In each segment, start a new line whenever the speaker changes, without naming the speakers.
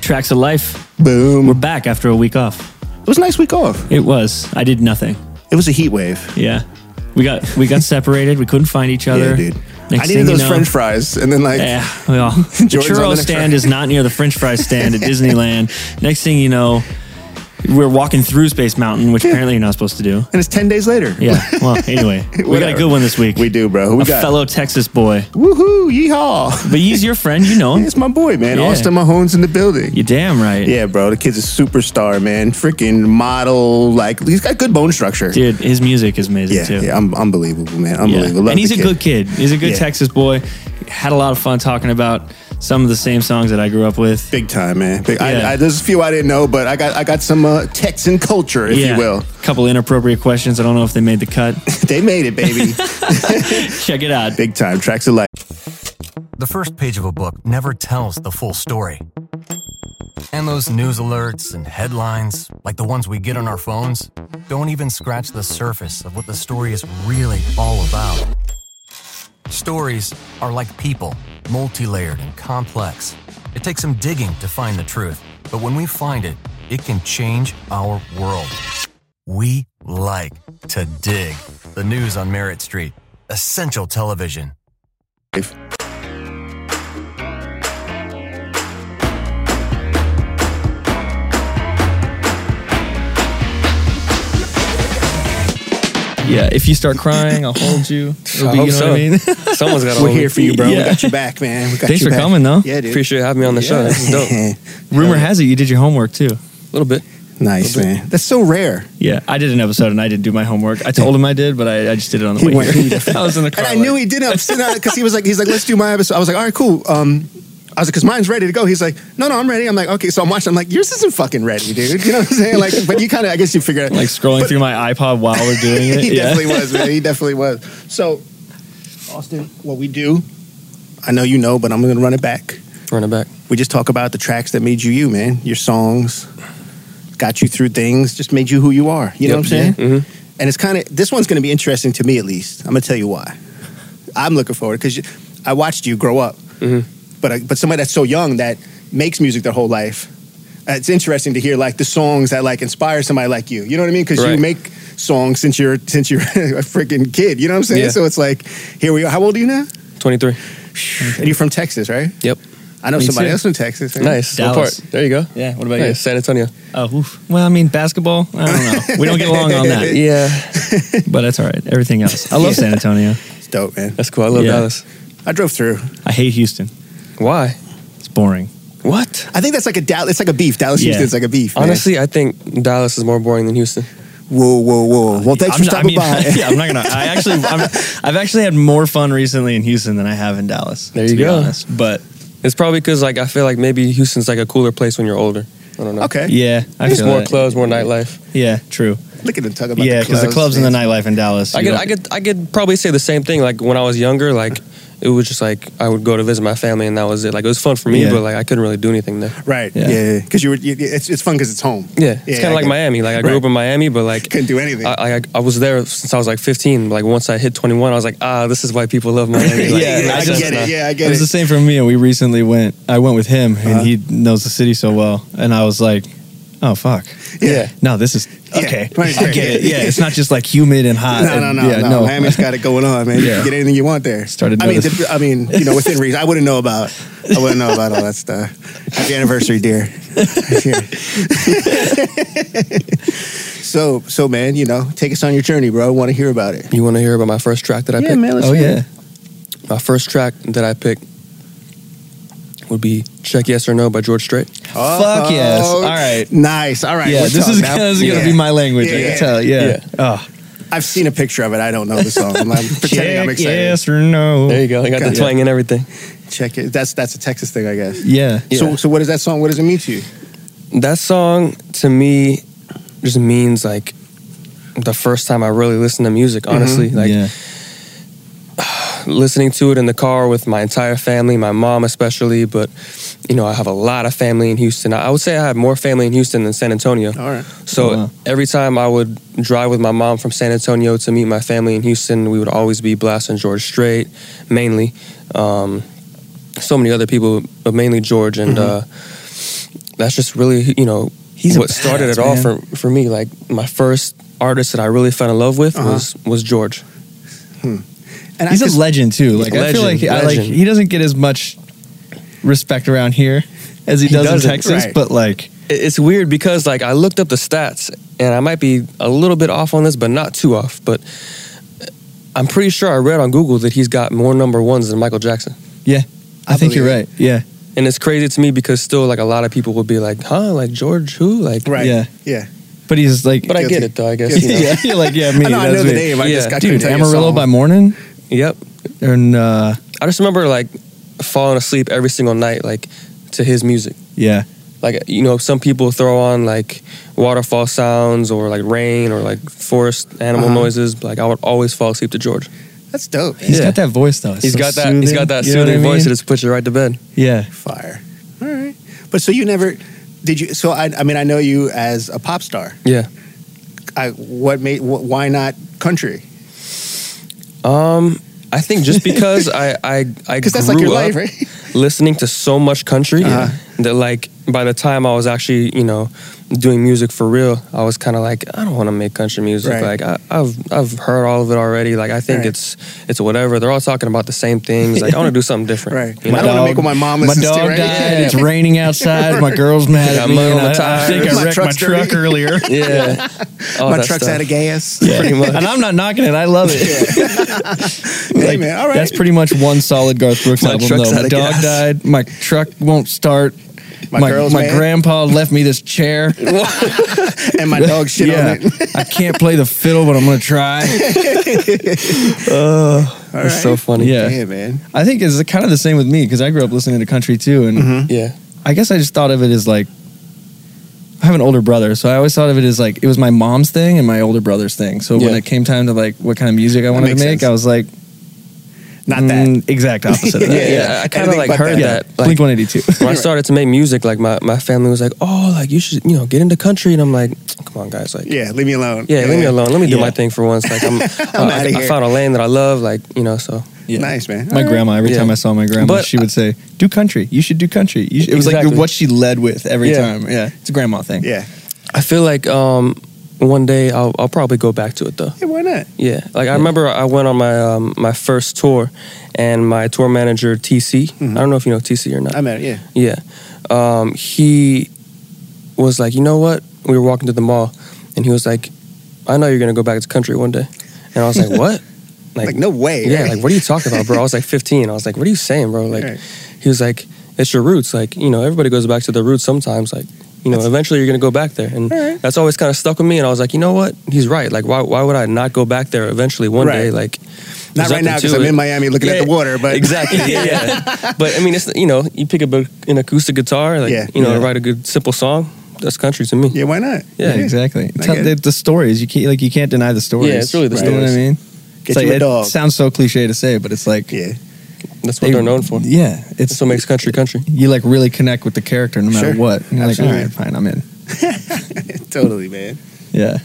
Tracks of Life.
Boom.
We're back after a week off.
It was a nice week off.
It was. I did nothing.
It was a heat wave.
Yeah. We got we got separated. We couldn't find each other.
Yeah, dude.
Next
I
thing
needed those
you know-
French fries, and then like
Yeah, well, the
Jordan's on
churro
the next
stand
round.
is not near the French fry stand at Disneyland. Next thing you know, we're walking through Space Mountain, which apparently you're not supposed to do.
and it's 10 days later.
Yeah. Well, anyway, we got a
Whatever.
good one this week.
We do, bro. Who we
a
got?
fellow Texas boy,
Woohoo, yeehaw.
but he's your friend. You know him.
It's my boy, man.
Yeah.
Austin Mahone's in the building.
You're damn right.
Yeah, bro. The kid's a superstar, man. Freaking model. Like, he's got good bone structure.
Dude, his music is amazing
yeah,
too.
yeah. I'm, unbelievable, man.
Yeah.
Unbelievable. Love
And he's
the
a good kid. He's a good
Yeah.
Texas boy. Had a lot of fun talking about some of the same songs that I grew up with.
Big time, man. Big,
Yeah.
I, I, there's a few I didn't know, but I got I got some uh, Texan culture, if you will.
A couple inappropriate questions. I don't know if they made the cut.
They made it, baby.
Check it out.
Big time. Tracks of life.
The first page of a book never tells the full story. And those news alerts and headlines, like the ones we get on our phones, don't even scratch the surface of what the story is really all about. Stories are like people, multi layered and complex. It takes some digging to find the truth, but when we find it, it can change our world. We like to dig. The news on Merritt Street, essential television.
Yeah, if you start crying, I'll hold you. It'll
I
be, you
hope
know
so.
what I mean?
Someone's got.
We're here for you, bro. We
Oh, Yeah.
got you back, man. We got
Thanks
you
for
back.
coming, though.
Yeah, dude.
Appreciate you having me on the show. This is dope. A
Rumor has it you did your homework too.
little bit.
nice, man. That's so rare.
Yeah, I did an episode and I didn't do my homework. I told him I did, but I, I just did it on the
He
way
went-
here. I was in the car.
And I knew he did it because he was like, he's like, let's do my episode. I was like, all right, cool. Um, I was like, because mine's ready to go. He's like, no, no, I'm ready. I'm like, okay, so I'm watching. I'm like, yours isn't fucking ready, dude. You know what I'm saying? Like, but you kind of, I guess you figure out.
like scrolling through my iPod while we're doing it.
he
yeah.
definitely was, man. He definitely was. So, Austin, what we do, I know you know, but I'm going to run it back.
Running back.
We just talk about the tracks that made you you, man. Your songs got you through things, just made you who you are. You know what I'm saying?
Mm-hmm.
And it's kind of this one's going to be interesting to me at least. I'm going to tell you why. I'm looking forward because I watched you grow up,
Mm-hmm.
but I, but somebody that's so young that makes music their whole life. uh, It's interesting to hear like the songs that like inspire somebody like you. You know what I mean? Because you
Right.
make songs since you're since you're a freaking kid. You know what I'm saying?
Yeah. Mm-hmm.
So it's like here we are. How old are you now?
23.
And you're from Texas, right?
Yep.
I know
Me
somebody
too.
else from Texas. man.
Nice. What
Dallas.
part? There you go.
Yeah, what about
Nice. San Antonio.
you? Oh, oof. well, I mean, basketball. I don't know. We don't get along on that,
Yeah.
but that's all right. Everything else. I love San Antonio.
It's dope, man.
That's cool. I love
Yeah.
Dallas.
I drove through.
I hate Houston.
Why?
It's boring.
What?
I think that's like a Dallas. It's like a beef. Dallas
Yeah.
Houston's like a beef. man.
Honestly, I think Dallas is more boring than Houston.
Whoa, whoa, whoa. Well, thanks
I'm
for
not- I
stopping
mean,
by.
yeah, I'm not gonna. I actually, I'm, I've actually had more fun recently in Houston than I have in Dallas.
There
to
you
be
go.
honest. But
It's probably because like I feel like maybe Houston's like a cooler place when you're older. I don't know.
Okay.
yeah, I
There's
feel
more
that.
clubs, more nightlife.
Yeah, true.
Look at them talking about
yeah,
the
because
clubs.
the clubs and the nightlife in Dallas.
I
you
could,
don't-
I could, I could probably say the same thing. Like when I was younger, like it was just like I would go to visit my family, and that was it. Like it was fun for me,
Yeah.
but like I couldn't really do anything there.
Right.
Yeah.
Yeah. yeah, Because you were, you, it's, it's fun because it's home.
Yeah, it's
I
kind of like
get-
Miami. Like I grew
Right.
up in Miami, but like
Couldn't do anything.
I, I, I was there since I was like 15. Like once I hit 21, I was like, ah, this is why people love Miami. Like,
Yeah,
I,
I
get
just-
it. Yeah, I
it
get
was
it. Uh-huh.
the same for me. And we recently went. I went with him, and he knows the city so well. And I was like, "Oh fuck,
yeah.
no, this is
Yeah,
okay.
right,
I
right.
get it. Yeah, it's not just like humid and hot.
No, no,
and-
no,
yeah,
no. Miami's got it going on, man. You
Yeah.
can get anything you want there.
Started
I mean,
notice-
the- I mean, you know, within reason. I wouldn't know about. I wouldn't know about all that stuff. Happy anniversary, dear. so, so man, you know, take us on your journey, bro. I want to hear about it.
You want to hear about my first track that I picked?
Let's
oh
hear
yeah,
it.
My first track that I picked would be "Check Yes or No" by George Strait.
fuck yes. All right.
Oh, Nice. All right.
yeah.
we're
This is,
talking now.
this is gonna
Yeah.
be my language. I
Yeah,
can
yeah.
tell. Yeah.
Yeah.
Oh,
I've seen a picture of it. I don't know the song. I'm, I'm pretending I'm
check
excited.
yes or no.
There you go. I got
Gotcha.
the twang and everything.
Check it. That's that's a Texas thing, I guess.
Yeah.
So so what is that song? What does it mean to you?
That song to me just means like the first time I really listened to music. Honestly, like
Mm-hmm. yeah.
listening to it in the car with my entire family, my mom especially. But you know, I have a lot of family in Houston. I would say I have more family in Houston than San Antonio.
Oh,
All right.
So
Wow.
every time I would drive with my mom from San Antonio to meet my family in Houston, we would always be blasting George Strait, mainly. Um, so many other people, but mainly George and uh, that's just really you know
Mm-hmm. He's a
what started it
badass,
all for
man.
for me. Like my first artist that I really fell in love with
Uh-huh.
was was George.
And
he's
I
a
just,
legend too. Like I feel like
Legend,
I like
legend.
he doesn't get as much respect around here as he,
He
does in
doesn't,
Texas,
right.
but like
It- It's weird because like I looked up the stats and I might be a little bit off on this, but not too off. But I'm pretty sure I read on Google that he's got more number ones than Michael Jackson.
I, think you're right.
believe
Yeah,
And it's crazy to me because still like a lot of people will be like, huh, like George who? Like
right.
Yeah.
Yeah. Yeah.
but he's like,
But I get
Guilty.
it though, I guess. You know?
yeah, you're like yeah, me.
I know, I
that's
know the
me.
name. I
Yeah.
just got
Dude,
tell you a
Amarillo
song.
by morning,
Yep.
and uh,
I just remember like falling asleep every single night, like to his music.
yeah,
Like you know, some people throw on like waterfall sounds or like rain or like forest animal
Uh-huh.
noises. Like I would always fall asleep to George.
That's dope. man.
He's
Yeah.
got that voice though. It's
He's
so
got that. He's got that
you know what
soothing
I
voice that
mean?
just puts you right to bed.
Yeah,
Fire. All right. But so you never did you? So I, I mean, I know you as a pop star.
Yeah.
I, what made? Wh- why not country?
Um, I think just because I I I grew
Because that's like your
up
life, right?
listening to so much country
Uh-huh.
that like by the time I was actually you know doing music for real, I was kind of like I don't want to make country music.
Right.
Like I, I've I've heard all of it already. Like I think
Right.
it's it's whatever. They're all talking about the same things. Like I want to do something different.
Right.
You know?
I don't wanna make what my mom
My
listens to,
dog
right?
died.
Yeah.
It's raining outside. My girl's mad
Got
at me.
mud on
and
the
I, I think
tires.
I
My
wrecked my
truck's dirty.
truck earlier.
Yeah. All
My
that
truck's
stuff.
out of gas.
Pretty much.
and I'm not knocking it. I love it.
hey man, all right.
That's pretty much one solid Garth Brooks
My
album,
truck's
though.
out
My
of
dog
gas.
died. My truck won't start.
My girl's
my
mad.
grandpa left me this chair.
and my dog shit on it.
I can't play the fiddle, but I'm gonna try.
All right.
It's so funny.
Yeah.
yeah, man.
I think it's kind of the same with me because I grew up listening to country too, and
Mm-hmm.
Yeah.
I guess I just thought of it as like I have an older brother, so I always thought of it as like it was my mom's thing and my older brother's thing. So when
Yeah.
it came time to like what kind of music I wanted to
makes
make,
sense.
I was like,
Not that.
mm, exact opposite. of that.
Yeah,
yeah.
I
I
kind
didn't
of
think
like
about
heard
Yeah.
that. Like,
Blink 182.
when I started to make music, like my, my family was like, "Oh, like you should, you know, get into country." And I'm like, "Come on, guys, like, yeah,
Yeah, leave me alone.
leave me alone. Let me do
Yeah.
my thing for once. Like, I'm, uh, I,
outta
I
here.
found a lane that I love, like, you know, so
Yeah.
Nice man.
My grandma, every
Yeah.
time I saw my grandma,
But-
she would say, "Do country. You should do country." You should. It was like
Exactly.
what she led with every
Yeah.
time. Yeah, it's a grandma thing.
Yeah.
I feel like um, one day I'll, I'll probably go back to it though.
Hey, why not?
Yeah, like I remember I went on my um, my first tour, and my tour manager TC.
Mm-hmm.
I don't know if you know TC or not.
I'm at it. Yeah.
Yeah. Um, he was like, you know what? We were walking to the mall, and he was like, I know you're going to go back to country one day. And I was like, what?
Like, no way.
Yeah,
right?
like, what are you talking about, bro? I was like 15. I was like, what are you saying, bro? Like,
Right.
he was like, it's your roots. Like, you know, everybody goes back to their roots sometimes. Like, you know, eventually you're going to go back there. And
Alright.
that's always kind of stuck with me. And I was like, you know what? He's right. Like, why, why would I not go back there eventually one
Right.
day? Like,
Not
there's
right
nothing
now because
to
I'm
it.
in Miami looking
Yeah,
at the water, but
exactly. Yeah, yeah. but I mean, it's you know, you pick up a, an acoustic guitar, like
Yeah.
you know,
Yeah.
write a good simple song. That's country to me.
Yeah, why not?
Yeah,
Yeah.
exactly.
I
Tell-
get
the,
it.
the stories you can't like you can't deny the stories.
Yeah, it's really the
You know what I
stories.
mean?
Get
It's like,
you a
it
dog.
sounds so cliche to say, but it's like
yeah.
That's what
they-
they, are known for.
Yeah, it's
That's what makes country country.
you like really connect with the character no matter
Sure.
what. And you're
Absolutely.
like, all right, fine, I'm in.
Totally, man.
Yeah,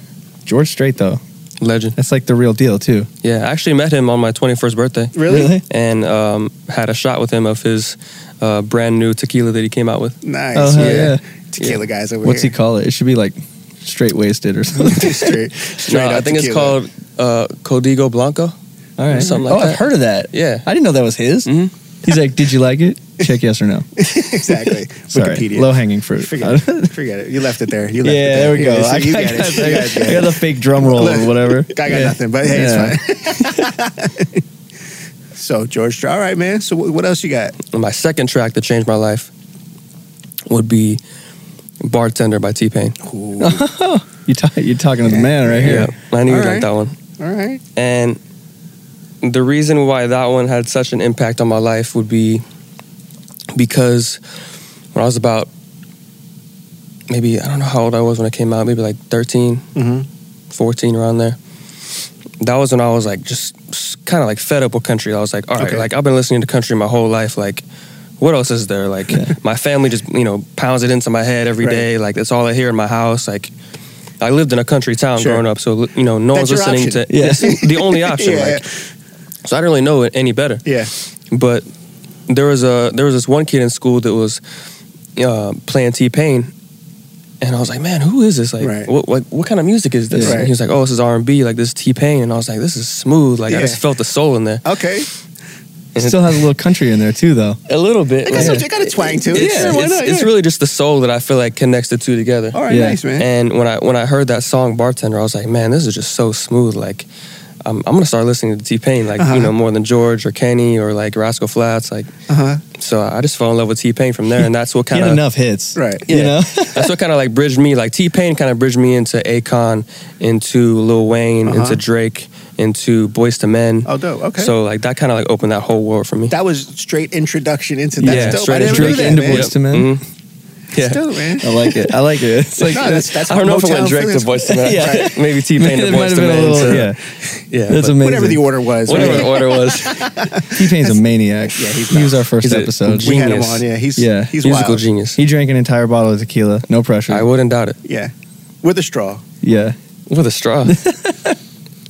George Strait though,
Legend.
that's like the real deal too.
Yeah, I actually met him on my 21st birthday.
Really?
And um, had a shot with him of his uh, brand new tequila that he came out with.
Nice.
Oh, hell
yeah.
yeah.
Tequila guys over
What's he
here.
call it? It should be like straight wasted or something.
straight, straight
No,
up
I think it's
tequila.
called uh, Código Blanco.
All right,
Something
oh,
like
I've
that.
heard of that.
Yeah.
I didn't know that was his.
Mhm.
He's like, did you like it? Check yes or no.
exactly
Sorry,
Wikipedia.
low hanging fruit.
Forget it. Forget it. You left it there. You left
Yeah,
it
there
there.
we go.
Yeah,
I,
see, you
I
got
got,
it. You guys got
I got the
it.
fake drum roll
Look,
or whatever.
I got
Yeah.
nothing, but hey,
Yeah.
it's fine. So George, all right, man. So wh- what else you got?
And my second track that changed my life would be Bartender by T Pain.
Ooh, all
You talk, you're talking to the man right here.
I knew you
All
like
right.
that one.
right.
And the reason why that one had such an impact on my life would be because when I was about maybe, I don't know how old I was when it came out, maybe like 13,
Mm-hmm.
14, around there. That was when I was like just kind of like fed up with country. I was like, all right,
Okay.
like I've been listening to country my whole life. Like, what else is there? Like,
Yeah.
my family just, you know, pounds it into my head every
Right.
day. Like, that's all I hear in my house. Like, I lived in a country town
Sure.
growing up. So, you know, no
That's
one's
your
listening
option.
to. Yes, the only option.
yeah,
Like, so I didn't really know it any better.
yeah.
But there was a there was this one kid in school that was uh, playing T Pain, and I was like, man, who is this? Like,
Right.
what, what what kind of music is this?
Yeah.
And he was like, oh, this is R and B, like this T Pain, and I was like, this is smooth. Like I
Yeah.
just felt the soul in there,
Okay.
It still has a little country in there too, though.
a little bit.
I guess
like-
I got a twang to it.
It's,
Sure, why
it's-
not?
it's
Yeah.
really just the soul that I feel like connects the two together.
All right,
Yeah.
nice man.
And when I when I heard that song Bartender, I was like, man, this is just so smooth. Like, I'm, I'm gonna start listening to T Pain, like
Uh-huh.
you know more than George or Kenny or like Rascal Flats. Like,
Uh huh.
so I just fell in love with T Pain from there, and that's what
He
kind
had
of
enough hits,
Right.
You
Uh-huh. Yeah.
know,
that's what kind of like bridged me. Like T Pain kind of bridged me into Akon, into Lil Wayne,
Uh-huh.
into Drake, into Boys to Men.
Oh, dope. Okay.
So like that kind of like opened that whole world for me.
that was straight introduction into that's
Yeah,
dope.
straight
I didn't
introduction
do that,
into
man.
Boyz
Yep.
to Men.
Mhm.
That's
Yeah.
dope, man.
I like it. I like it. It's like
No, that's, that's
I don't know if I
Motown
went Drake to
feelings.
Boys to Men.
Yeah.
yeah. Maybe T Pain to
it might
Boys
have
to
been a
Men.
little.
so-
yeah,
yeah,
that's
but
amazing.
Whatever the order was.
Whatever
man.
the order was.
T Pain's a maniac.
Yeah, he's
he was our first
He's a
episode.
We had him
Genius.
on. Yeah, he's
Yeah.
he's
musical
wild.
genius.
He drank an entire bottle of tequila, no pressure.
I wouldn't doubt it.
Yeah, with a straw.
yeah,
With a straw.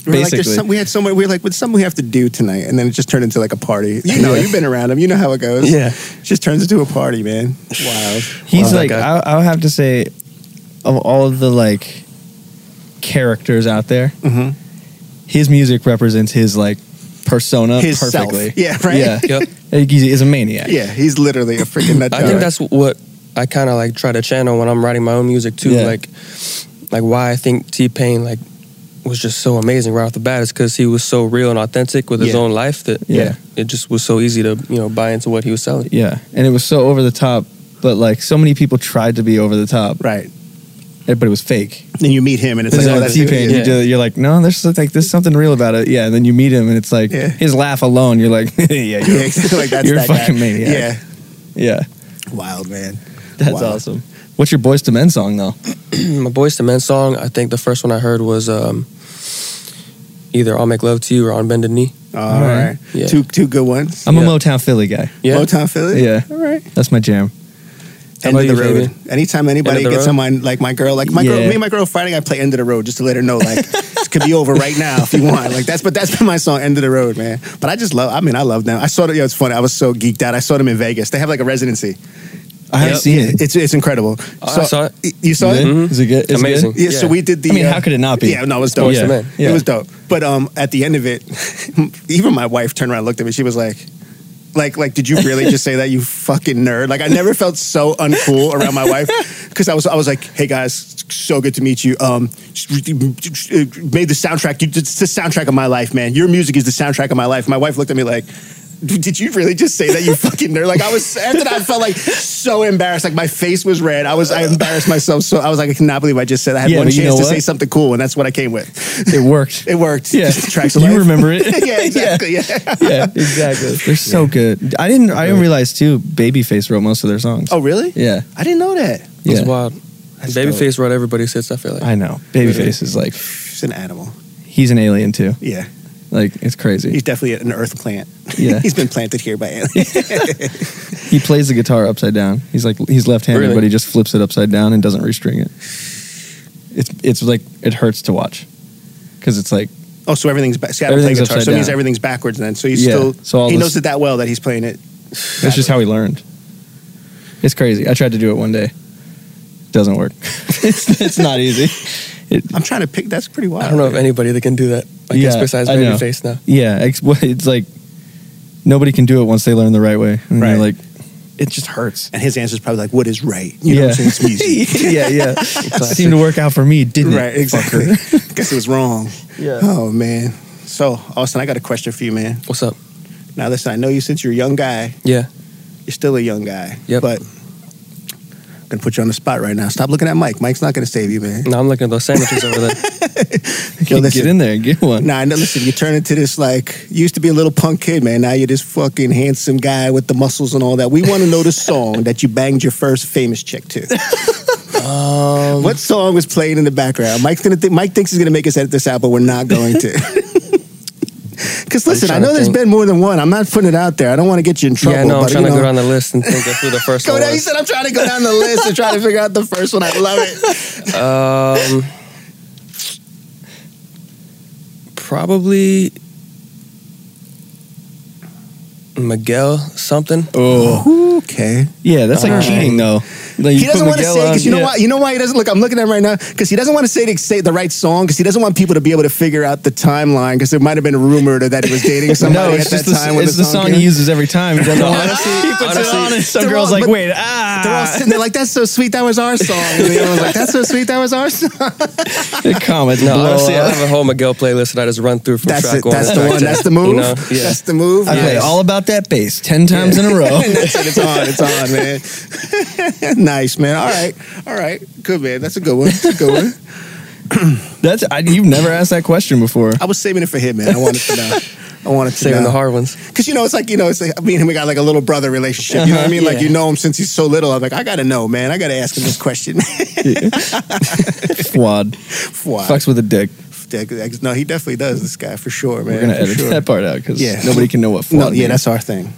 We were like, there's
Basically.
some, we had somewhere we were like, with something we have to do tonight, and then it just turned into like a party. You know, you've been around him, you know how it goes.
Yeah.
it just turns into a party, man. Wild.
he's
that
like
guy.
I, I would have to say, of all of the like characters out there,
Mhm.
his music represents his like persona
His self.
perfectly.
Yeah, right.
Yeah,
Yep.
Like, he's, he's a maniac.
Yeah, he's literally a freaking nut
I think
job.
that's what I kind of like try to channel when I'm writing my own music too.
Yeah.
Like, like why I think T Pain like was just so amazing right off the bat is because he was so real and authentic with his
Yeah.
own life that
Yeah.
it just was so easy to you know buy into what he was selling.
yeah, and it was so over the top. But like so many people tried to be over the top,
right.
eh, but it was fake.
Then you meet him, and it's
It's
like,
like
oh,
with
that's
T Pain.
Yeah.
You do, you're like, no, there's just, like there's something real about it. Yeah, and then you meet him, and it's like
Yeah.
his laugh alone. You're like, yeah,
Yeah,
you're,
exactly. Like that's
You're a
that
fucking
guy.
maniac. yeah,
Yeah, wild man.
that's
Wow.
awesome. What's your Boys to Men song though?
my Boys to Men song, I think the first one I heard was um, either I'll Make Love to You or On Bended Knee.
All
right.
right,
Yeah.
two two good ones.
I'm a
Yeah.
Motown Philly guy.
Yeah,
Motown Philly.
Yeah.
all right.
That's my jam.
End
about
of the
you,
road.
Fabian?
Anytime anybody
End of the
gets
road?
on my like my girl, like my girl,
Yeah.
me and my girl Friday, I play End of the Road just to let her know like this could be over right now if you want. Like that's but that's been my song End of the Road, man. But I just love. I mean, I love them. I saw them. Yeah, it's funny. I was so geeked out. I saw them in Vegas. They have like a residency.
I haven't
Yep. Oh,
seen it.
It's it's incredible.
I saw it.
y- You saw
Is
it?
Is it good? Is it
Mm-hmm. Amazing.
good?
Yeah, So
Yeah.
we did the.
I mean,
uh,
how could it not be?
Yeah, no, it was dope.
Boyz II Men.
Yeah.
It was dope. But um, at the end of it, even my wife turned around, and looked at me. She was like, "Like, like, did you really just say that? You fucking nerd!" Like, I never felt so uncool around my wife because I was, I was like, "Hey guys, so good to meet you." Um, made the soundtrack. You, it's the soundtrack of my life, man. Your music is the soundtrack of my life. My wife looked at me like. "Dude, Did you really just say that you fucking nerd? Like I was after that, I felt like so embarrassed. Like my face was red. I was I embarrassed myself. So I was like, I cannot believe I just said. I had
Yeah,
one
but you
chance
know
to
what?
say something cool, and that's what I came with.
It worked.
It worked.
Yeah.
Just tracks of
You
life.
remember it.
yeah, exactly. Yeah.
yeah, exactly. They're so good. I didn't. I didn't realize too. Babyface wrote most of their songs.
Oh, really?
yeah,
I didn't know that.
yeah.
It's wild. Babyface wrote everybody's hits. I feel like
I know. Babyface is like
He's an animal.
he's an alien too.
Yeah.
Like it's crazy.
He's definitely an earth plant.
Yeah.
He's been planted here by aliens.
He plays the guitar upside down. He's like he's left-handed,
Really?
but he just flips it upside down and doesn't restring it. It's it's like it hurts to watch because it's like
oh, so everything's back. See, I don't play
Everything's
guitar,
upside
so it means
down.
everything's backwards then. So he's
Yeah.
still,
So all
he
this-
knows it that well that he's playing it.
that's just how he learned. It's crazy. I tried to do it one day. Doesn't work. it's it's not easy. It,
I'm trying to pick. That's pretty wild.
I don't know of anybody that can do that. Like
Yeah,
it's besides
I know.
Babyface now.
Yeah, ex- well, it's like nobody can do it once they learn the right way. And they're
Right.
like, it just hurts.
And his answer's probably like, what is right? You know what I'm saying? It's music.
yeah, yeah. Seemed to work out for me, didn't
right,
it?
exactly.
fucker?
Guess it was wrong.
Yeah.
Oh, man. So, Austin, I got a question for you, man.
What's up?
Now, listen, I know you since you're a young guy.
Yeah.
you're still a young guy.
Yep.
But I'm gonna put you on the spot right now. Stop looking at Mike. Mike's not gonna save you, man.
No, I'm looking at those sandwiches over there.
Yo,
get
listen.
in there, get one.
Nah, no, listen, you turn into this like you used to be a little punk kid, man. Now you're this fucking handsome guy with the muscles and all that. We want to know the song that you banged your first famous chick to.
Um,
what song was playing in the background? Mike's gonna think Mike thinks he's gonna make us edit this out, but we're not going to. Because listen, I
trying to
know there's
think.
been more than one. I'm not putting it out there. I don't want to get you in trouble.
yeah, no, I'm
but,
trying
you
to go
know-
down the list and think of who the first
Go
one
down. He
was.
said, "I'm trying to go down the list and try to figure out the first one." I love it.
Um, probably. Miguel something.
Oh,
Okay.
yeah, that's like
All right.
cheating though. Like,
he
you put
doesn't want to
Miguel
say because
on-
you know
yeah.
why you know why he doesn't look. I'm looking at him right now because he doesn't want to say the, say the right song because he doesn't want people to be able to figure out the timeline because it might have been rumored that he was dating somebody
No, it's
at
just
that
the,
time when
it's the song,
came.
he uses every time. He's like,
No,
"Oh,
honestly-
he puts
honestly,
it on, and some
they're
girl's
all-
like,
but-
"Wait,
They're all
ah!"
sitting there like that's so sweet. That was our song. You know, I was like that's so sweet. That was our song.
The comments
No,
blow
honestly,
up.
I have a whole Miguel playlist that I just run through from
That's
track
it.
one.
That's
to
the
track
one.
ten,
That's the move.
you know? Yeah.
That's the move.
I play
Yes.
all about that bass ten times in a row.
And that's it. It's on. It's on, man. nice, man. All right. All right. Good, man. That's a good one. That's a good one.
That's I, you've never asked that question before.
I was saving it for him, man. I wanted to know. I wanted to
Saving
know.
the hard ones.
Because, you know, it's like, you know, it's like me and him, we got like a little brother relationship. You know what I mean? Like,
Uh-huh, Yeah.
you know him since he's so little. I'm like, I got to know, man. I got to ask him this question.
Flawed.
Why?
Fucks with a dick.
No, he definitely does, this guy, for sure, man.
We're gonna
for
edit
sure.
that part out because
Yeah.
nobody can know what flawed.
No, yeah,
means.
that's our thing.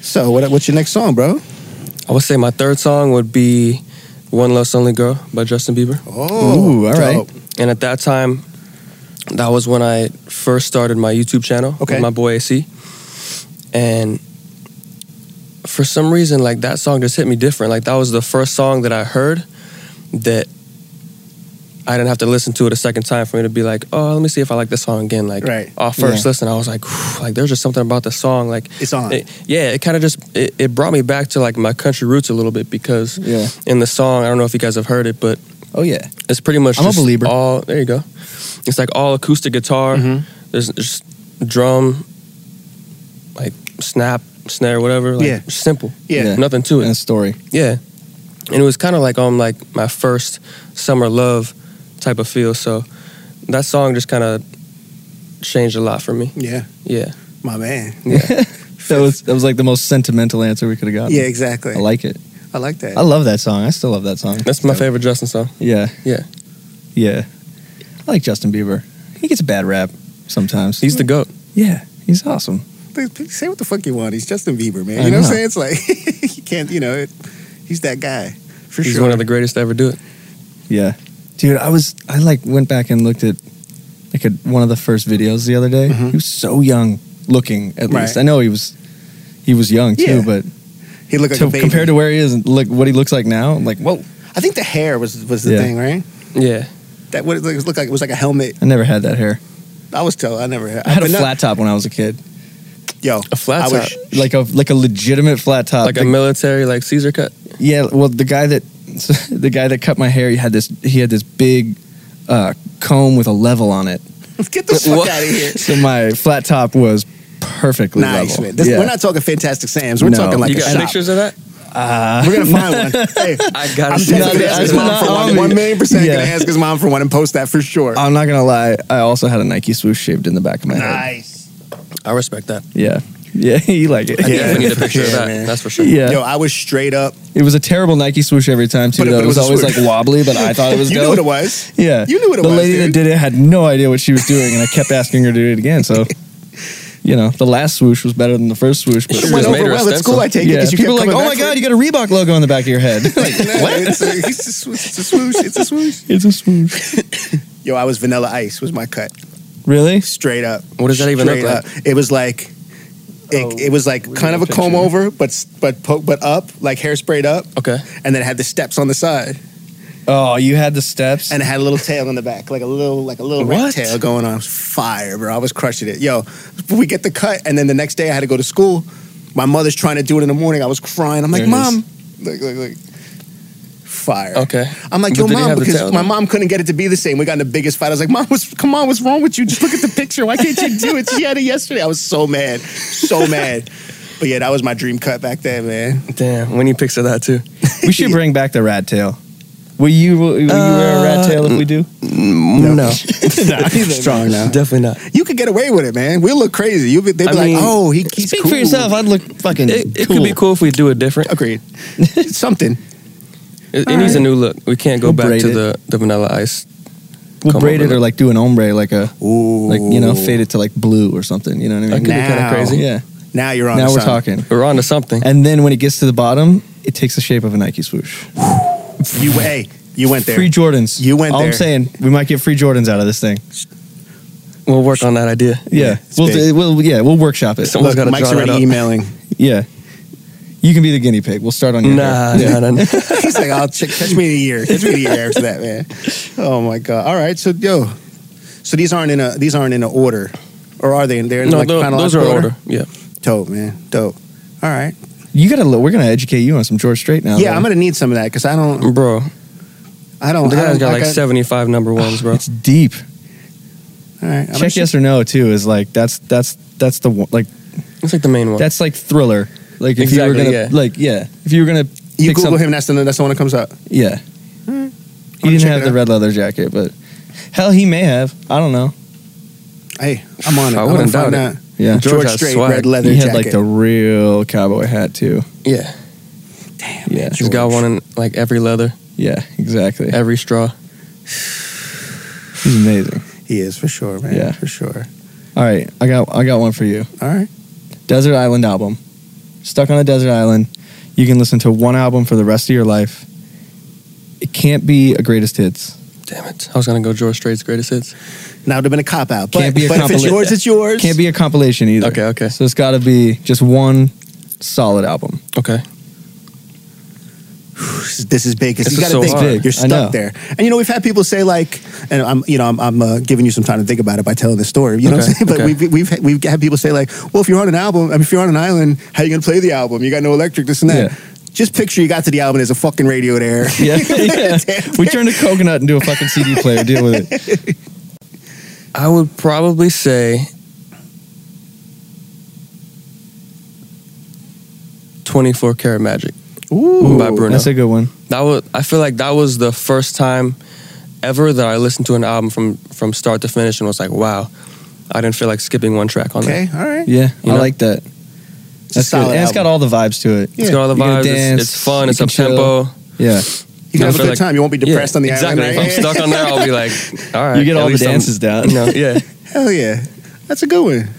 So, what, what's your next song, bro?
I would say my third song would be "One Less Only Girl" by Justin Bieber.
Oh,
Ooh, all right.
dope.
And at that time, that was when I first started my YouTube channel
Okay.
with my boy AC. And for some reason, like that song just hit me different. Like that was the first song that I heard that I didn't have to listen to it a second time for me to be like, oh, let me see if I like this song again. Like,
Right.
off first
Yeah.
listen, I was like, "Whew," like there's just something about the song. Like
It's on.
it- yeah, it kind of just it, it brought me back to like my country roots a little bit because
Yeah.
in the song, I don't know if you guys have heard it, but
Oh yeah.
it's pretty much
I'm a
just
believer.
all there you go. It's like all acoustic guitar. There's just drum, like snap, snare, whatever. Like
Yeah.
simple.
Yeah.
Yeah.
Nothing to it.
And a story.
Yeah. And it was kind of like on like my first summer love type of feel. So that song just kind of changed a lot for me.
Yeah,
Yeah.
my man.
That was that was like the most sentimental answer we could have gotten.
Yeah, exactly.
I like it.
I like that.
I love that song. I still love that song.
That's my favorite Justin song.
Yeah.
Yeah.
Yeah. I like Justin Bieber. He gets a bad rap sometimes.
He's the goat.
yeah. He's awesome.
say what the fuck you want. He's Justin Bieber, man.
I
You know, what
know.
I'm saying? It's like you can't, you know, it, he's that guy for
He's
sure.
one of the greatest to ever do it.
Yeah. Dude, I was I like went back and looked at like a, one of the first videos the other day. He was so young looking at
Mm-hmm. Right.
least. I know he was he was young too,
Yeah.
but
he looked like
to,
a baby.
compared to where he is and look what he looks like now, I'm like whoa.
I think the hair was was the
Yeah.
thing, right?
Yeah.
That what it looked looked like it was like a helmet.
I never had that hair.
I was told I never had.
I had a
but no-
flat top when I was a kid.
yo
A flat
I
top.
was-
Like a like a legitimate flat top.
like
The-
a military, like Caesar cut.
Yeah, well, the guy that the guy that cut my hair, he had this he had this big uh, comb with a level on it.
Get the fuck
What?
out of here.
So my flat top was perfectly
Nice
level.
man. This,
Yeah.
We're not talking Fantastic Sam's. We're
No.
talking like
you
a
got
shop.
pictures of that?
We're gonna find one. Hey,
I gotta
I'm
see
not-
definitely
it's
asking his mom
not
for
on
one.
me.
One million percent
Yeah.
gonna ask his mom for one and post that for sure.
I'm not gonna lie. I also had a Nike swoosh shaved in the back of my head.
nice.
I respect that.
Yeah, yeah, you like it.
Yeah,
Yeah,
we need a
for
picture of
sure,
that.
man.
That's for sure.
Yeah,
Yo, I was straight up.
it was a terrible Nike swoosh every time too.
But it-
though.
but
it was, always like wobbly, but I thought it was
you
dope.
knew what it was.
Yeah,
You knew what it
the
was,
lady
dude.
that did it had no idea what she was doing, and I kept asking her to do it again. So, you know, the last swoosh was better than the first swoosh. But
It
It
She
went
just
over
made her a
well. It's
stencil.
cool. I take it.
yeah,
'cause you
people are
kept
like, oh
coming
my
back for
god,
it."
you got a Reebok logo on the back of your head. Like,
No, It's a, it's a swoosh. It's a swoosh. It's a swoosh.
it's a swoosh.
Yo, I was Vanilla Ice. Was my cut
Really?
straight up?
What does that even look
Straight
like?
up. It was like. It, it was like kind of a comb over, but s- but po- but up, like hair sprayed up,
Okay.
and then it had the steps on the side,
Oh, you had the steps.
and it had a little tail on the back, like a little like a little rat
What?
tail going on. It was fire, bro! I was crushing it. Yo, we get the cut, and then the next day I had to go to school. My mother's trying to do it in the morning. I was crying. I'm like,
There it is.
mom, look, look, look, fire.
Okay.
I'm like,
But
yo,
did he
mom,
have the
because
tail,
my
though?
mom couldn't get it to be the same. We got in the biggest fight. I was like, mom, what's, come on, what's wrong with you? Just look at the picture. Why can't you do it? She had it yesterday. I was so mad, so mad. But yeah, that was my dream cut back then, man.
Damn, we need pics of that too.
we should bring back the rat tail. Will you will you wear a rat tail if we
Uh,
do?
No, Oh,
Strong now.
definitely not.
You could get away with it, man. We'll look crazy. You'll be, they'd be
I
like,
mean,
oh, he, he's
Speak
cool.
for yourself. I'd look fucking.
It, it
cool.
could be cool if we do it different.
Agreed. Something.
It, it needs a new look. We can't go
We'll
back
braid
to
it.
the, the vanilla ice.
We'll
Come
braid
over
it or
there.
like do an ombre, like a
Ooh.
like you know, fade it to like blue or something. You know what I
That
mean?
could be kind
Now.
of crazy.
Yeah.
Now you're on.
now
to
we're
something.
talking.
We're on to something.
And then when it gets to the bottom, it takes the shape of a Nike swoosh.
You, hey, you went there.
Free Jordans.
You went
All I'm
there.
saying, we might get free Jordans out of this thing.
We'll work on that idea.
Yeah.
it's
We'll,
big.
we'll yeah, we'll workshop it.
Some-
Look,
Someone's gotta
Mike's
draw that
already
up.
emailing.
yeah. You can be the guinea pig. We'll start on your
Nah,
hair.
nah, nah, nah.
He's like, I'll check, catch me in a year. Catch me in a year after that, man. Oh my god. All right, so yo, so these aren't in a these aren't in an order, or are they? They're in
No,
like
tho- those are
chronological
in
order.
order. Yeah.
Dope, man. Dope. All right.
You gotta. lo- We're gonna educate you on some George Strait now.
yeah,
though.
I'm gonna need some of that because I don't.
Bro,
I don't.
the
I
guy's
don't
got like
I-
75 number ones, bro.
It's deep.
All right. I'm
Check
gonna-
yes or no too is like that's that's that's the one like
It's like the main one.
that's like thriller. Like if you were
Exactly,
gonna
yeah.
like yeah if you were gonna
You
pick
Google
some-
him. That's the that's the one that comes up.
yeah he
I'll
didn't
check
have
it
the
out.
red leather jacket but hell he may have I don't know
Hey, I'm on it.
I
I'm gonna
wouldn't doubt
find
it.
out.
yeah
George
George,
has
Strait,
swag.
red leather
he had
jacket.
like the real cowboy hat too
yeah.
yeah
He's got one in like every leather,
yeah exactly
every straw.
he's amazing
he is for sure, man.
Yeah.
for sure.
all right I got I got one for you
All right.
desert island album stuck on a desert island you can listen to one album for the rest of your life it can't be a greatest hits
Damn it. I was going to go George Strait's greatest hits.
Now it'd have been a cop out. But,
Can't be a
but if it's
compli-
yours, it's yours.
can't be a compilation either
Okay, okay.
So it's got to be just one solid album.
Okay.
this is big. 'cause
This
You
is
got to
so
think
hard.
you're
I know.
stuck there. And you know, we've had people say like, and I'm, you know, I'm, I'm uh, giving you some time to think about it by telling this story. You know what I'm
Okay,
saying? But
okay.
we've, we've we've had people say like, well, if you're on an album, I mean, if you're on an island, how you gonna play the album? You got no electric, this and that.
Yeah.
Just picture you got to the album. There's a fucking radio there.
Yeah, yeah. we turned a coconut into a fucking CD player. Deal with it.
I would probably say 24 Karat Magic.
Ooh.
By Bruno.
That's a good one.
That was I feel like that was the first time ever that I listened to an album from from start to finish and was like, wow, I didn't feel like skipping one track on
Okay.
that.
All right.
Yeah,
You
I
know?
like that.
a
That's good.
solid
And it's got
album.
all the vibes to it.
It's got all the
You can
vibes.
dance,
it's, it's fun.
you
It's
can
up tempo.
Yeah,
You can
I
have a
feel
good
like-
time. You won't be depressed on the
exactly.
island.
If I'm
right?
stuck on that, I'll be like, all right.
you get
at
all the
least I'm-
dances down.
No, yeah.
Hell yeah, that's a good one.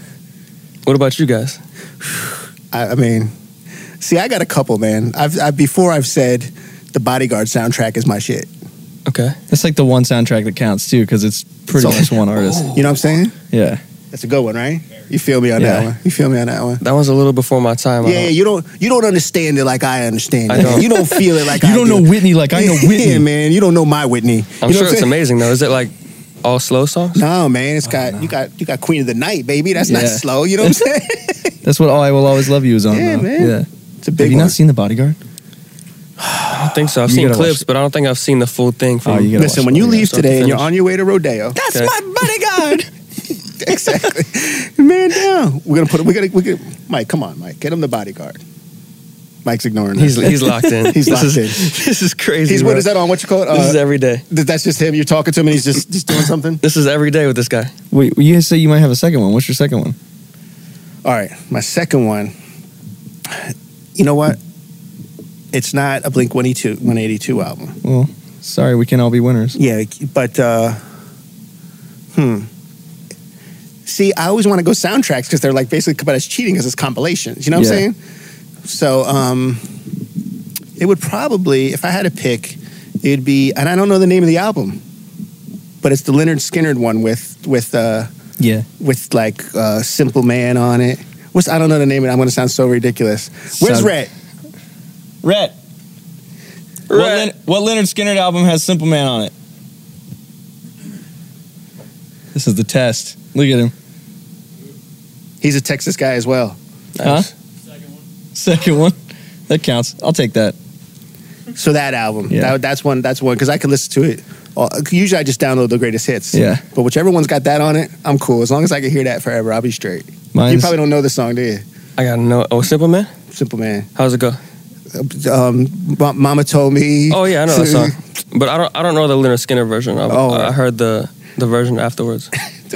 What about you guys?
I, I mean, see, I got a couple, man. I've I, before I've said the Bodyguard soundtrack is my shit.
Okay.
That's like the one soundtrack that counts too, because it's pretty
It's all- Oh.
much one artist.
You know what I'm saying?
Yeah,
That's a good one, right? You feel me on that
Yeah. Uh-huh.
one? You feel me on that one?
That one's a little before my time. I
Yeah, yeah,
don't-
you don't you don't understand it like I understand
I
it.
don't.
You don't feel it like
you
I
don't
do.
know Whitney like I know
yeah,
Whitney.
man. You don't know my Whitney. you
I'm
know
sure
what
it's
saying?
amazing though. Is it like all slow songs?
No, man, it's got you got you got Queen of the Night, baby. That's not
Oh, Yeah.
slow. You know what I'm saying?
That's what "I Will Always Love You" is on.
Yeah,
though.
man.
Yeah.
It's a
Have
big
you
one.
not seen The Bodyguard?
I don't think so. I've
You
seen
gotta watch
clips,
it.
but I don't think I've seen the full thing. From,
Oh, you gotta
Listen,
watch
when
it.
you
Yeah,
leave
start to
today and you're
finish.
on your way to Rodeo,
That's
Okay.
my bodyguard.
exactly, man. Down. We're gonna put we're gonna we gonna Mike. Come on, Mike. Get him the bodyguard. Mike's ignoring.
he's
us.
he's locked in.
He's
this
locked
is,
in.
This is crazy.
He's
bro.
what is that on? What you call it?
This
Uh,
is every day.
th- that's just him. You're talking to him and he's just just doing something.
This is every day with this guy.
Wait, you say you might have a second one. What's your second one?
All right, my second one. You know what? It's not a Blink 182, 182 album.
Well, sorry, we can all be winners.
Yeah, but uh, hmm. See, I always want to go soundtracks because they're like basically, but it's cheating because it's compilations. You know what
Yeah.
I'm saying? So um, it would probably, if I had to pick, it'd be, and I don't know the name of the album, but it's the Leonard Skinner one with with. Uh,
Yeah.
with like uh, Simple Man on it. What's I don't know the name of it. I'm gonna sound so ridiculous. Where's
Sound-
Red?
Red. What, Leonard, what Leonard Skinner album has Simple Man on it? This is the test. Look at him.
He's a Texas guy as well.
Huh? Second one. That counts. I'll take that.
So that album,
Yeah.
that- that's one. That's one because I can listen to it. all- Usually I just download the greatest hits.
Yeah.
But whichever one's got that on it, I'm cool. As long as I can hear that forever, I'll be straight. you
Mine's
probably don't know the song, do you?
I gotta know. Oh, Simple Man.
Simple Man.
How's it go?
Um, Ma- Mama told me.
Oh yeah, I know that song. But I don't. I don't know the Leonard Skinner version. I,
Oh.
I heard the the version afterwards.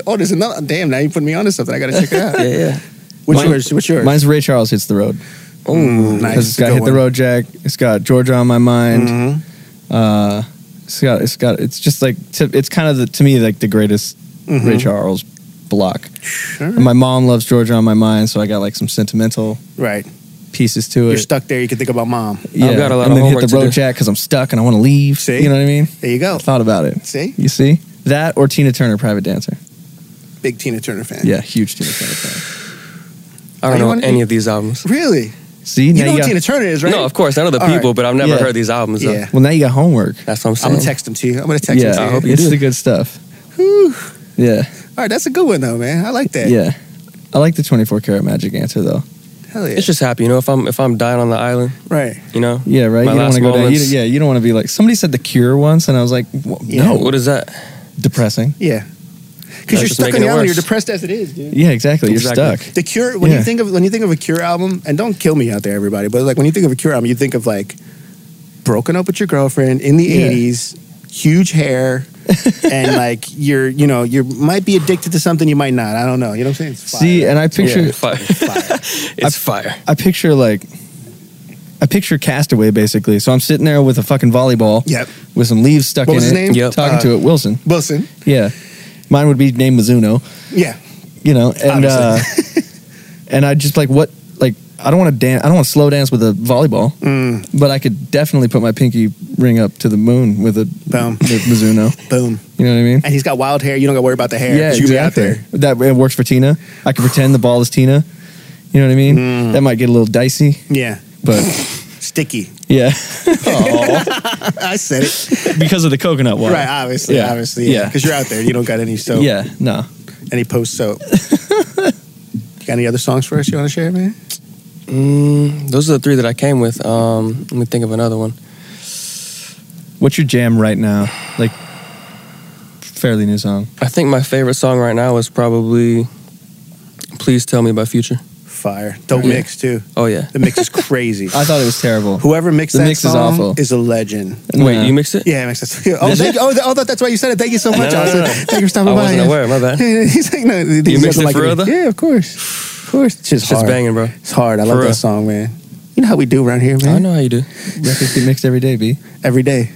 Oh, there's another. Damn, now you put me onto something. I gotta check it out.
Yeah, yeah.
What's
Mine-
yours? What's yours?
Mine's Ray Charles hits the road.
Mm, nice.
Because it's got
Good
Hit the
one.
Road Jack. It's got Georgia on my mind.
Mhm.
Uh, it's got it's got it's just like to, it's kind of the, to me like the greatest Ray Charles block.
All
And my mom loves Georgia on my mind, so I got like some sentimental
Right.
pieces to it.
You're stuck there. You can think about mom.
Yeah.
got a lot
and
of
then
homework
hit
to
the road
do.
jack because I'm stuck and I want to leave.
See?
You know what I mean?
There you go.
I thought about it.
See?
You see that or Tina Turner, Private Dancer?
Big Tina Turner fan.
Yeah, huge Tina Turner fan.
I
Are
don't
you
know
on-
any of these albums.
Really?
See,
You
now
know
you
who
got,
Tina Turner is, right?
No, of course I know the
All right.
people, um, but I've never
Yeah.
heard these albums. though.
Yeah.
well, now you got homework.
that's what I'm
I'm
saying.
gonna text them to you. I'm gonna text
yeah,
them to you.
you
it's
do.
the good stuff. Yeah,
All right, that's a good one though, man. I like that.
yeah. I like the 24 karat magic answer though.
Hell yeah.
It's just happy, you know. If I'm if I'm dying on the island,
right.
you know.
Yeah, right.
My
you don't want
last
to go down. You,
moments.
yeah, you don't want to be like somebody said the cure once, and I was like, w
Yeah.
no,
What is that?
depressing.
Yeah.
That's
Because you're
just
stuck on
making
the
it
island. You're
worse.
depressed as it is, dude.
Yeah, exactly. You're
Exactly.
stuck.
The Cure. When you
Yeah.
think of when you think of a Cure album, and don't kill me out there, everybody, but like when you think of a Cure album, you think of like broken up with your girlfriend in the
Yeah.
'80s, huge hair, and like you're you know you might be addicted to something, you might not. I don't know. You know what I'm saying? It's fire.
See, and I picture
Yeah, fire.
Fire.
It's fire.
I picture like I picture Castaway basically. So I'm sitting there with a fucking volleyball.
Yep.
With some leaves stuck
What
in
was
it.
his name? Uh, Yep.
Talking to it. Wilson.
Wilson.
Yeah. Mine would be named Mizuno.
Yeah.
You know, and uh, and I just like what like I don't want to dance. I don't want to slow dance with a volleyball,
Mm,
but I could definitely put my pinky ring up to the moon with a
Boom.
with Mizuno.
boom.
You know what I mean?
And he's got wild hair. You don't got to worry about the hair.
Yeah,
You be out
exactly.
there.
That it works for Tina. I could pretend the ball is Tina. You know what I mean?
Mm.
That might get a little dicey,
Yeah.
but
Sticky.
yeah,
I said it.
because of the coconut water.
Right. Obviously.
Yeah.
Obviously. Yeah.
Yeah.
Because you're out there. You don't got any soap.
Yeah, no.
Any post soap. got any other songs for us you want to share, man?
Mm, those are the three that I came with. Um, let me think of another one.
What's your jam right now? Like, fairly new song.
I think my favorite song right now is probably "Please Tell Me" by Future.
Fire. Dope
Yeah.
mix too.
Oh yeah.
The mix is crazy.
I thought it was terrible.
Whoever mixed
The
that
mix is
song
awful.
a legend.
Nah.
Wait, you mixed it?
Yeah, it makes sense. Oh,
Did
thank
you?
you. Oh, th- oh, that- that's why you said it. Thank you so much.
no,
I was
no,
like,
no.
Thank you for stopping
I
by.
wasn't
yeah.
aware, my bad.
He's like, no, these guys
mixed
don't
it
like
for real, though?
Yeah, of course, of course. It's just
It's just
hard. Hmm?
banging, bro.
It's hard. I love
For
that
real.
song, man. You know how we do around here, man.
I know how you do.
Records get mixed every day, B.
every day.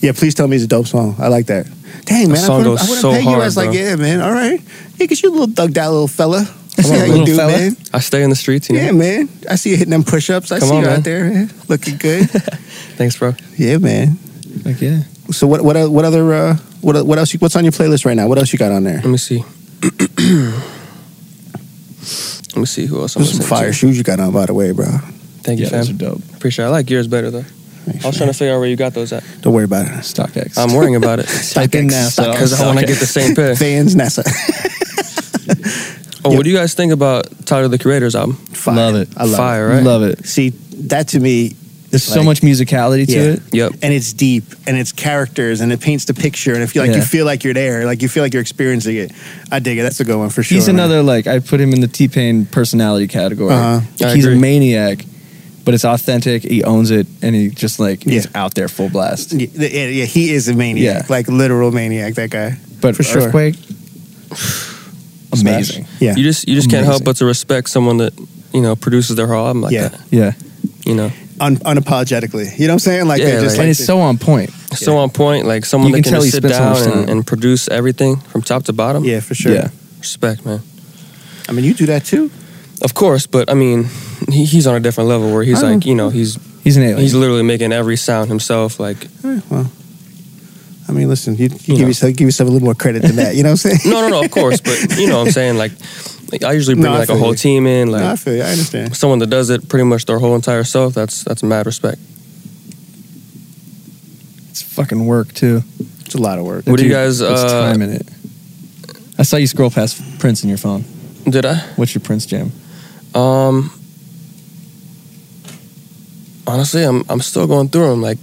Yeah, please tell me it's a dope song. I like that. Dang, man,
song
I wouldn't,
goes
I wouldn't
so
pay you.
hard,
I was like,
bro.
yeah, man, all right. Yeah, cause you a little thugged out little fella. I see
on,
how you
little
do,
fella.
man.
I stay in the streets, you know.
Yeah, man. I see you hitting them push ups. I
Come
see
on,
you
man.
out there, man. Looking good.
Thanks, bro.
yeah, man.
Like, yeah.
So what what what other uh, what what else you, what's on your playlist right now? What else you got on there?
Let me see. Let me see who else. I'm
There's some
listening
fire
To.
shoes you got on, by the way, bro.
Thank you,
Yeah, those are
fam.
dope.
Appreciate. it. I like yours better though. I was trying to figure out where you got those at.
Don't worry about it.
StockX.
I'm worrying about it
Type in
StockX,
NASA.
because I want to get the same pair.
Vans, NASA.
Oh, what do you guys think about Tyler the Creator's album?
Fire.
Love it.
I love
Fire,
it.
right?
Love it.
See, that to me,
There's so
Like-
much musicality to
Yeah.
it.
Yep.
and it's deep and it's characters and it paints the picture and if you like you
Yeah.
feel like you're there like you feel like you're experiencing it i dig it that's a good one for sure
He's
man.
another like I put him in the T Pain personality category.
Uh-huh.
I
He's a
agree.
maniac, but it's authentic. He owns it, and he just like he's
Yeah.
out there full blast.
yeah, th- yeah, yeah, he is a maniac
Yeah.
like literal maniac that guy
But
For sure.
earthquake, amazing.
yeah
You just you just can't help
Amazing.
but to respect someone that you know produces their whole album like
Yeah.
that.
Yeah,
You know,
Un- unapologetically you know what i'm saying like
Yeah,
they're just
like-
and
like,
it's so on point.
so on point. Like someone
You
that
can
can,
tell he
just sit
spent so much
down and,
time.
and produce everything from top to bottom.
yeah for sure
Yeah.
respect, man.
i mean you do that too
Of course, but I mean, he, he's on a different level where he's
I
like, you know, he's
He's an alien.
he's literally making every sound himself. Like,
Eh, well i mean listen you, you,
You
give,
know.
yourself, give yourself a little more credit than that you know what i'm saying
no, no, no, of course, but you know, what I'm saying like, like, I usually bring
No, I
like a
feel
whole
you.
team in,
No, i
like
feel you i understand
someone that does it pretty much their whole entire self. That's that's mad respect.
it's fucking work too.
it's a lot of work
What do you
Dude,
guys,
It's
uh,
time in it. I saw you scroll past Prince in your phone.
Did I?
What's your Prince jam?
Um, honestly, I'm I'm still going through them. Like,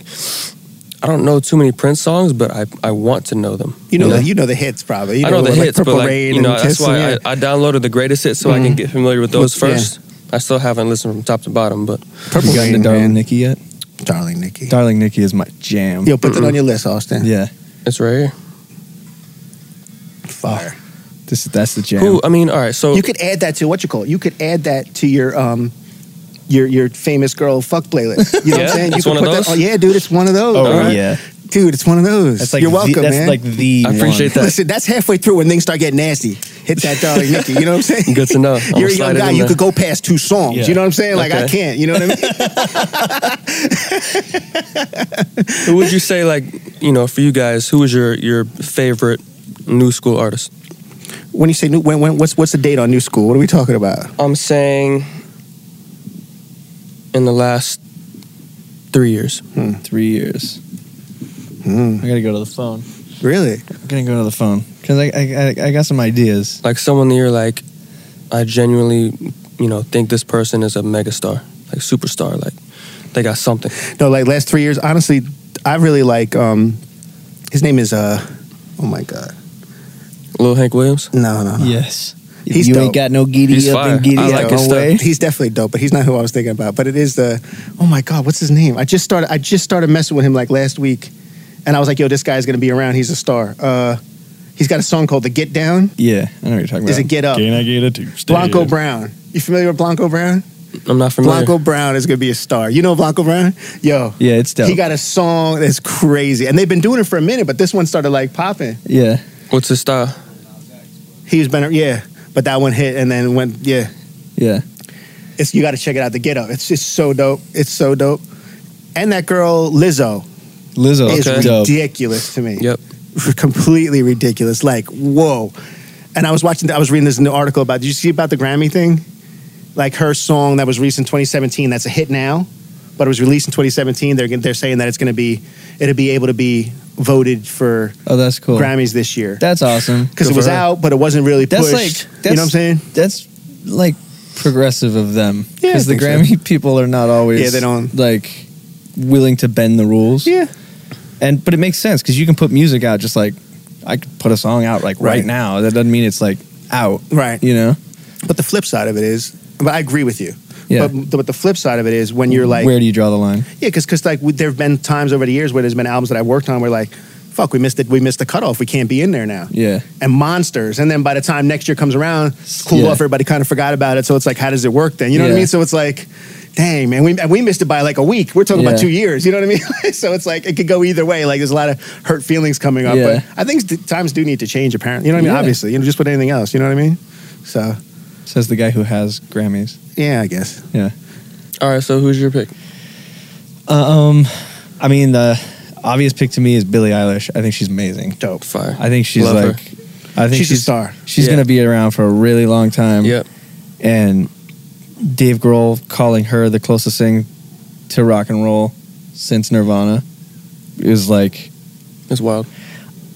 I don't know too many Prince songs, but I I want to know them.
you know,
Yeah.
the, you know the hits probably. You
I know the
like
hits, but
Purple
like
Rain
you know,
and
that's
Kiss and
why
yeah.
I, I downloaded the greatest hits so I can get familiar with those
Well, yeah.
first. I still haven't listened from top to bottom, but
Purple
you got
Rain,
into Darling
man.
Nikki yet?
Darling Nikki.
Darling Nikki is my jam.
Yo, put that on your list, Austin.
Yeah,
it's right here.
Fire.
this that's the jam.
Who? I mean, all right. So
You could add that to what you call. it. You could add that to your um your your famous girl fuck playlist. You know what
Yeah?
I'm saying? You
It's
could
one of
put that-
those?
oh yeah, dude, it's one of those.
Oh
All right.
yeah,
Dude, it's one of those.
that's like
You're
the-
welcome,
that's
man.
like the.
I appreciate
one.
that.
Listen, that's halfway through when things start getting nasty. Hit that darling Nikki. You know what I'm saying?
Good to know. I'm
You're a
gonna slide
young
it
guy.
in
You
there.
could go past two songs.
Yeah.
You know what I'm saying? Like I
Okay.
can't. You know what I mean?
who would you say like you know for you guys? Who is your your favorite new school artist?
When you say new, when, when what's what's the date on New School? What are we talking about?
I'm saying in the last three years.
Three years.
Mm,
I gotta go to the phone.
really?
I'm gonna go to the phone because I, I I I got some ideas.
Like someone that you're like, I genuinely, you know, think this person is a megastar, like superstar, like they got something.
No, like last three years. Honestly, I really like. um His name is uh. Oh my god.
Lil Hank Williams.
No, no, no.
Yes. If
He's
you
dope.
ain't got no giddy
He's
up
fire.
and giddy
I like
out
his
no
stuff.
way.
He's definitely dope, but he's not who I was thinking about. But it is the oh my god, what's his name? I just started I just started messing with him like last week, and I was like, yo, this guy's gonna be around. He's a star. Uh, he's got a song called "The Get Down."
Yeah, I know what you're talking about.
Is it Get Up?
Can I get a Tuesday?
Blanco Brown. You familiar with Blanco Brown?
I'm not familiar.
Blanco Brown is gonna be a star. You know Blanco Brown? Yo.
Yeah, it's dope.
He got a song that's crazy, and they've been doing it for a minute, but this one started like popping.
yeah.
What's his style?
He's been, yeah, but that one hit, and then went, yeah.
Yeah.
It's you got to check it out. The Get Up. It's just so dope. It's so dope. And that girl Lizzo
Lizzo
is
Okay.
dope.
ridiculous to me.
Yep.
completely ridiculous. Like whoa. And I was watching. I was reading this new article about. Did you see about the Grammy thing? Like her song that was released in 2017. That's a hit now, but it was released in 2017. They're they're saying that it's going to be it'll be able to be voted for
Oh, that's cool.
Grammys this year
That's awesome.
because
Good
it
for
was
her.
out, but it wasn't really
That's
pushed.
like that's,
you know what I'm saying?
That's like progressive of them.
Yeah, I
Because the
think so.
Grammy people are not always
Yeah, they don't-
like willing to bend the rules. And but it makes sense because you can put music out just like I could put a song out like right,
Right.
now. That doesn't mean it's like out.
Right.
You know?
But the flip side of it is, but I agree with you.
Yeah.
But, but the flip side of it is when you're like,
Where do you draw the line?
yeah, because like we, there have been times over the years where there's been albums that I worked on where like, fuck, we missed it, we missed the cutoff, we can't be in there now.
Yeah.
And monsters, and then by the time next year comes around, it's cool
Yeah.
off, everybody kind of forgot about it. So it's like, how does it work then? You know what I
Yeah.
mean? So it's like, dang man, we and we missed it by like a week. We're talking
Yeah.
about two years. You know what I mean? so it's like it could go either way. Like there's a lot of hurt feelings coming up.
Yeah.
But I think th- times do need to change. Apparently, you know what I mean?
Yeah.
Obviously, you know, just with anything else. You know what I mean? So
Says the guy who has Grammys.
yeah, I guess.
Yeah.
All right. So who's your pick?
Um, I mean the obvious pick to me is Billie Eilish. I think she's amazing.
Dope.
Fire.
I think she's
Love her.
like, I think
She's a star.
She's
Yeah.
gonna be around for a really long time.
Yep.
And Dave Grohl calling her the closest thing to rock and roll since Nirvana is like
It's wild.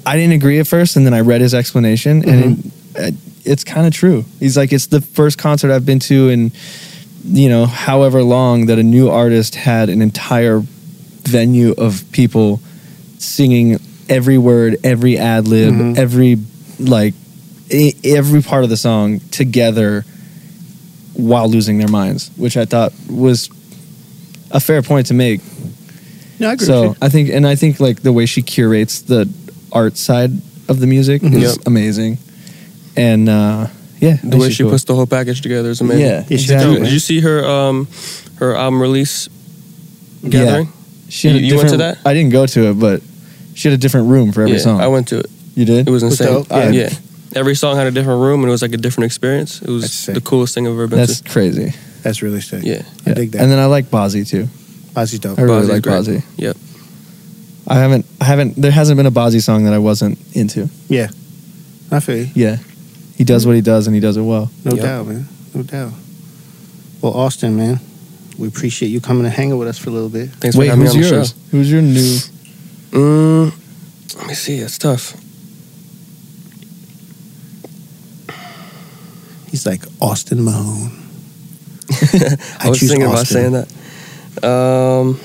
I didn't agree at first, and then I read his explanation, and it, uh, it's kind of true. He's like, it's the first concert I've been to in, you know, however long that a new artist had an entire venue of people singing every word, every ad lib, every like e- every part of the song together while losing their minds, which I thought was a fair point to make.
No, I agree. with
So
you.
I think, and I think like the way she curates the art side of the music is
Mm-hmm. Yep.
amazing, and uh, yeah,
The way she puts the whole package together is amazing.
yeah,
Yeah, she's
Did you,
exactly.
did you see her um her album release gathering?
She had a
you- you went to
different-
that?
I didn't go to it, but she had a different room for every
yeah,
song.
I went to it.
you did?
It was
Was
insane.
dope?
Uh,
Yeah.
yeah. Every song had a different room and it was like a different experience. It
That's
was
sick.
the coolest thing I've ever been
That's
to.
crazy.
That's really sick.
Yeah.
I
Yeah.
dig that.
And then I like Bozzy too.
Ozzy's dope.
I really
Bozzy's
like
great.
Bozzy.
Yep.
I haven't, I haven't. There hasn't been a Bozzy song that I wasn't into.
Yeah, I feel you.
Yeah, he does what he does, and he does it well.
No
Yep.
doubt, man. No doubt. Well, Austin, man, we appreciate you coming and hanging with us for a little bit.
Thanks
Wait,
for having me
who's
on the
yours?
show.
Who's your new?
Mm, let me see. It's tough.
He's like Austin Mahone.
I, was
choose
thinking about
Austin.
saying that. Um,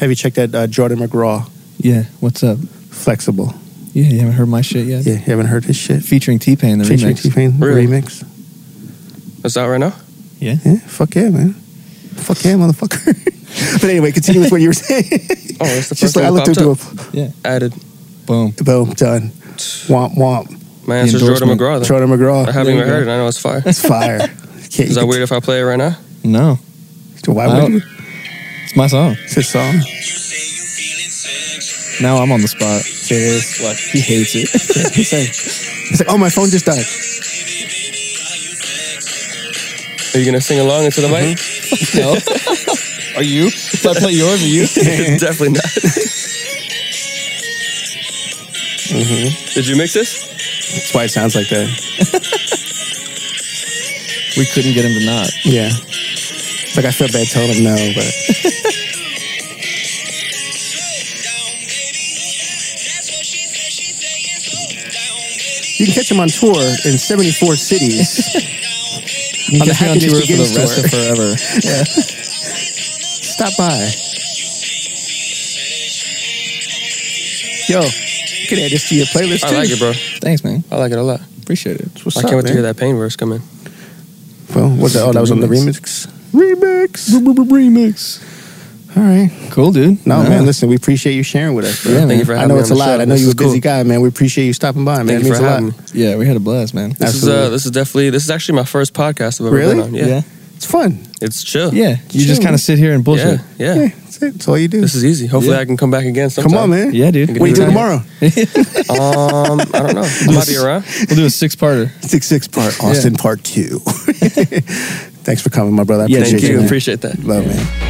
Have you checked that uh, Jordan McGraw?
Yeah, what's up?
Flexible.
Yeah, you haven't heard my shit yet.
Yeah, you haven't heard his shit.
featuring T Pain the
Featuring
remix.
T-Pain
Really?
remix.
it's out right now.
Yeah,
Yeah, fuck yeah, man. Fuck yeah, motherfucker. but anyway, continue with what you were saying.
Oh, that's the first
Just
thing
like I
that
looked
popped
into
up.
a
yeah.
Added.
Boom.
boom, done. Womp womp.
My answer's Jordan
endorsement.
McGraw. Then.
Jordan McGraw.
I haven't
There you
even
go.
heard it. I know it's fire.
It's fire. Can't-
Is
you
that
can-
weird if I play it right now?
No,
Why
I
would
don't-
you?
it's my song.
It's his song.
Now I'm on the spot. Serious, like he hates it. He's like,
It's like, oh, my phone just died.
Are you gonna sing along into the mic?
Mm-hmm.
no. are you? If I play yours, are you?
Definitely
Mm-hmm.
not. Did Mm-hmm. you mix this?
That's why it sounds like that.
We couldn't get him to not.
Yeah. It's like I feel bad telling him no, but you can catch him on tour in 74 cities.
You
On
can
the
catch me on
Happiness
tour for
Begins
the rest
tour.
of forever.
Stop by. Yo, you can add this to your playlist
I
too.
like it, bro.
Thanks, man.
I like it a lot.
Appreciate it.
What's
I
up,
can't wait to
man?
hear that pain verse come in.
Well, what's that? Oh, that was on the remix. Remix.
Remix.
All right.
Cool, dude.
No, man, listen, we appreciate you sharing with us. Bro.
Yeah, Thank man.
you for
I
having
know
me
it's a
on the
lot.
show.
I know
This
you're
is
a busy
cool.
guy, man. We appreciate you stopping by, man.
Thank
it
you
means
for
a lot.
having me.
Yeah, we had a blast, man.
This is uh,
Absolutely.
this is definitely this is actually my first podcast I've ever
Really?
been on. Yeah.
It's fun.
it's chill.
Yeah, you just
Sure.
kind of sit here and
yeah,
bullshit.
yeah.
Yeah, that's it. That's all you do.
This is easy. Hopefully,
Yeah.
I can come back again sometime.
Come on, man.
Yeah, dude.
What
What do you do
Yeah.
tomorrow?
Um, I don't know. I might be around.
We'll do a six-parter.
Six six part Austin part two. Thanks for coming, my brother. I
Yeah,
appreciate
Thank
Appreciate
you.
man.
Appreciate that.
Love, man.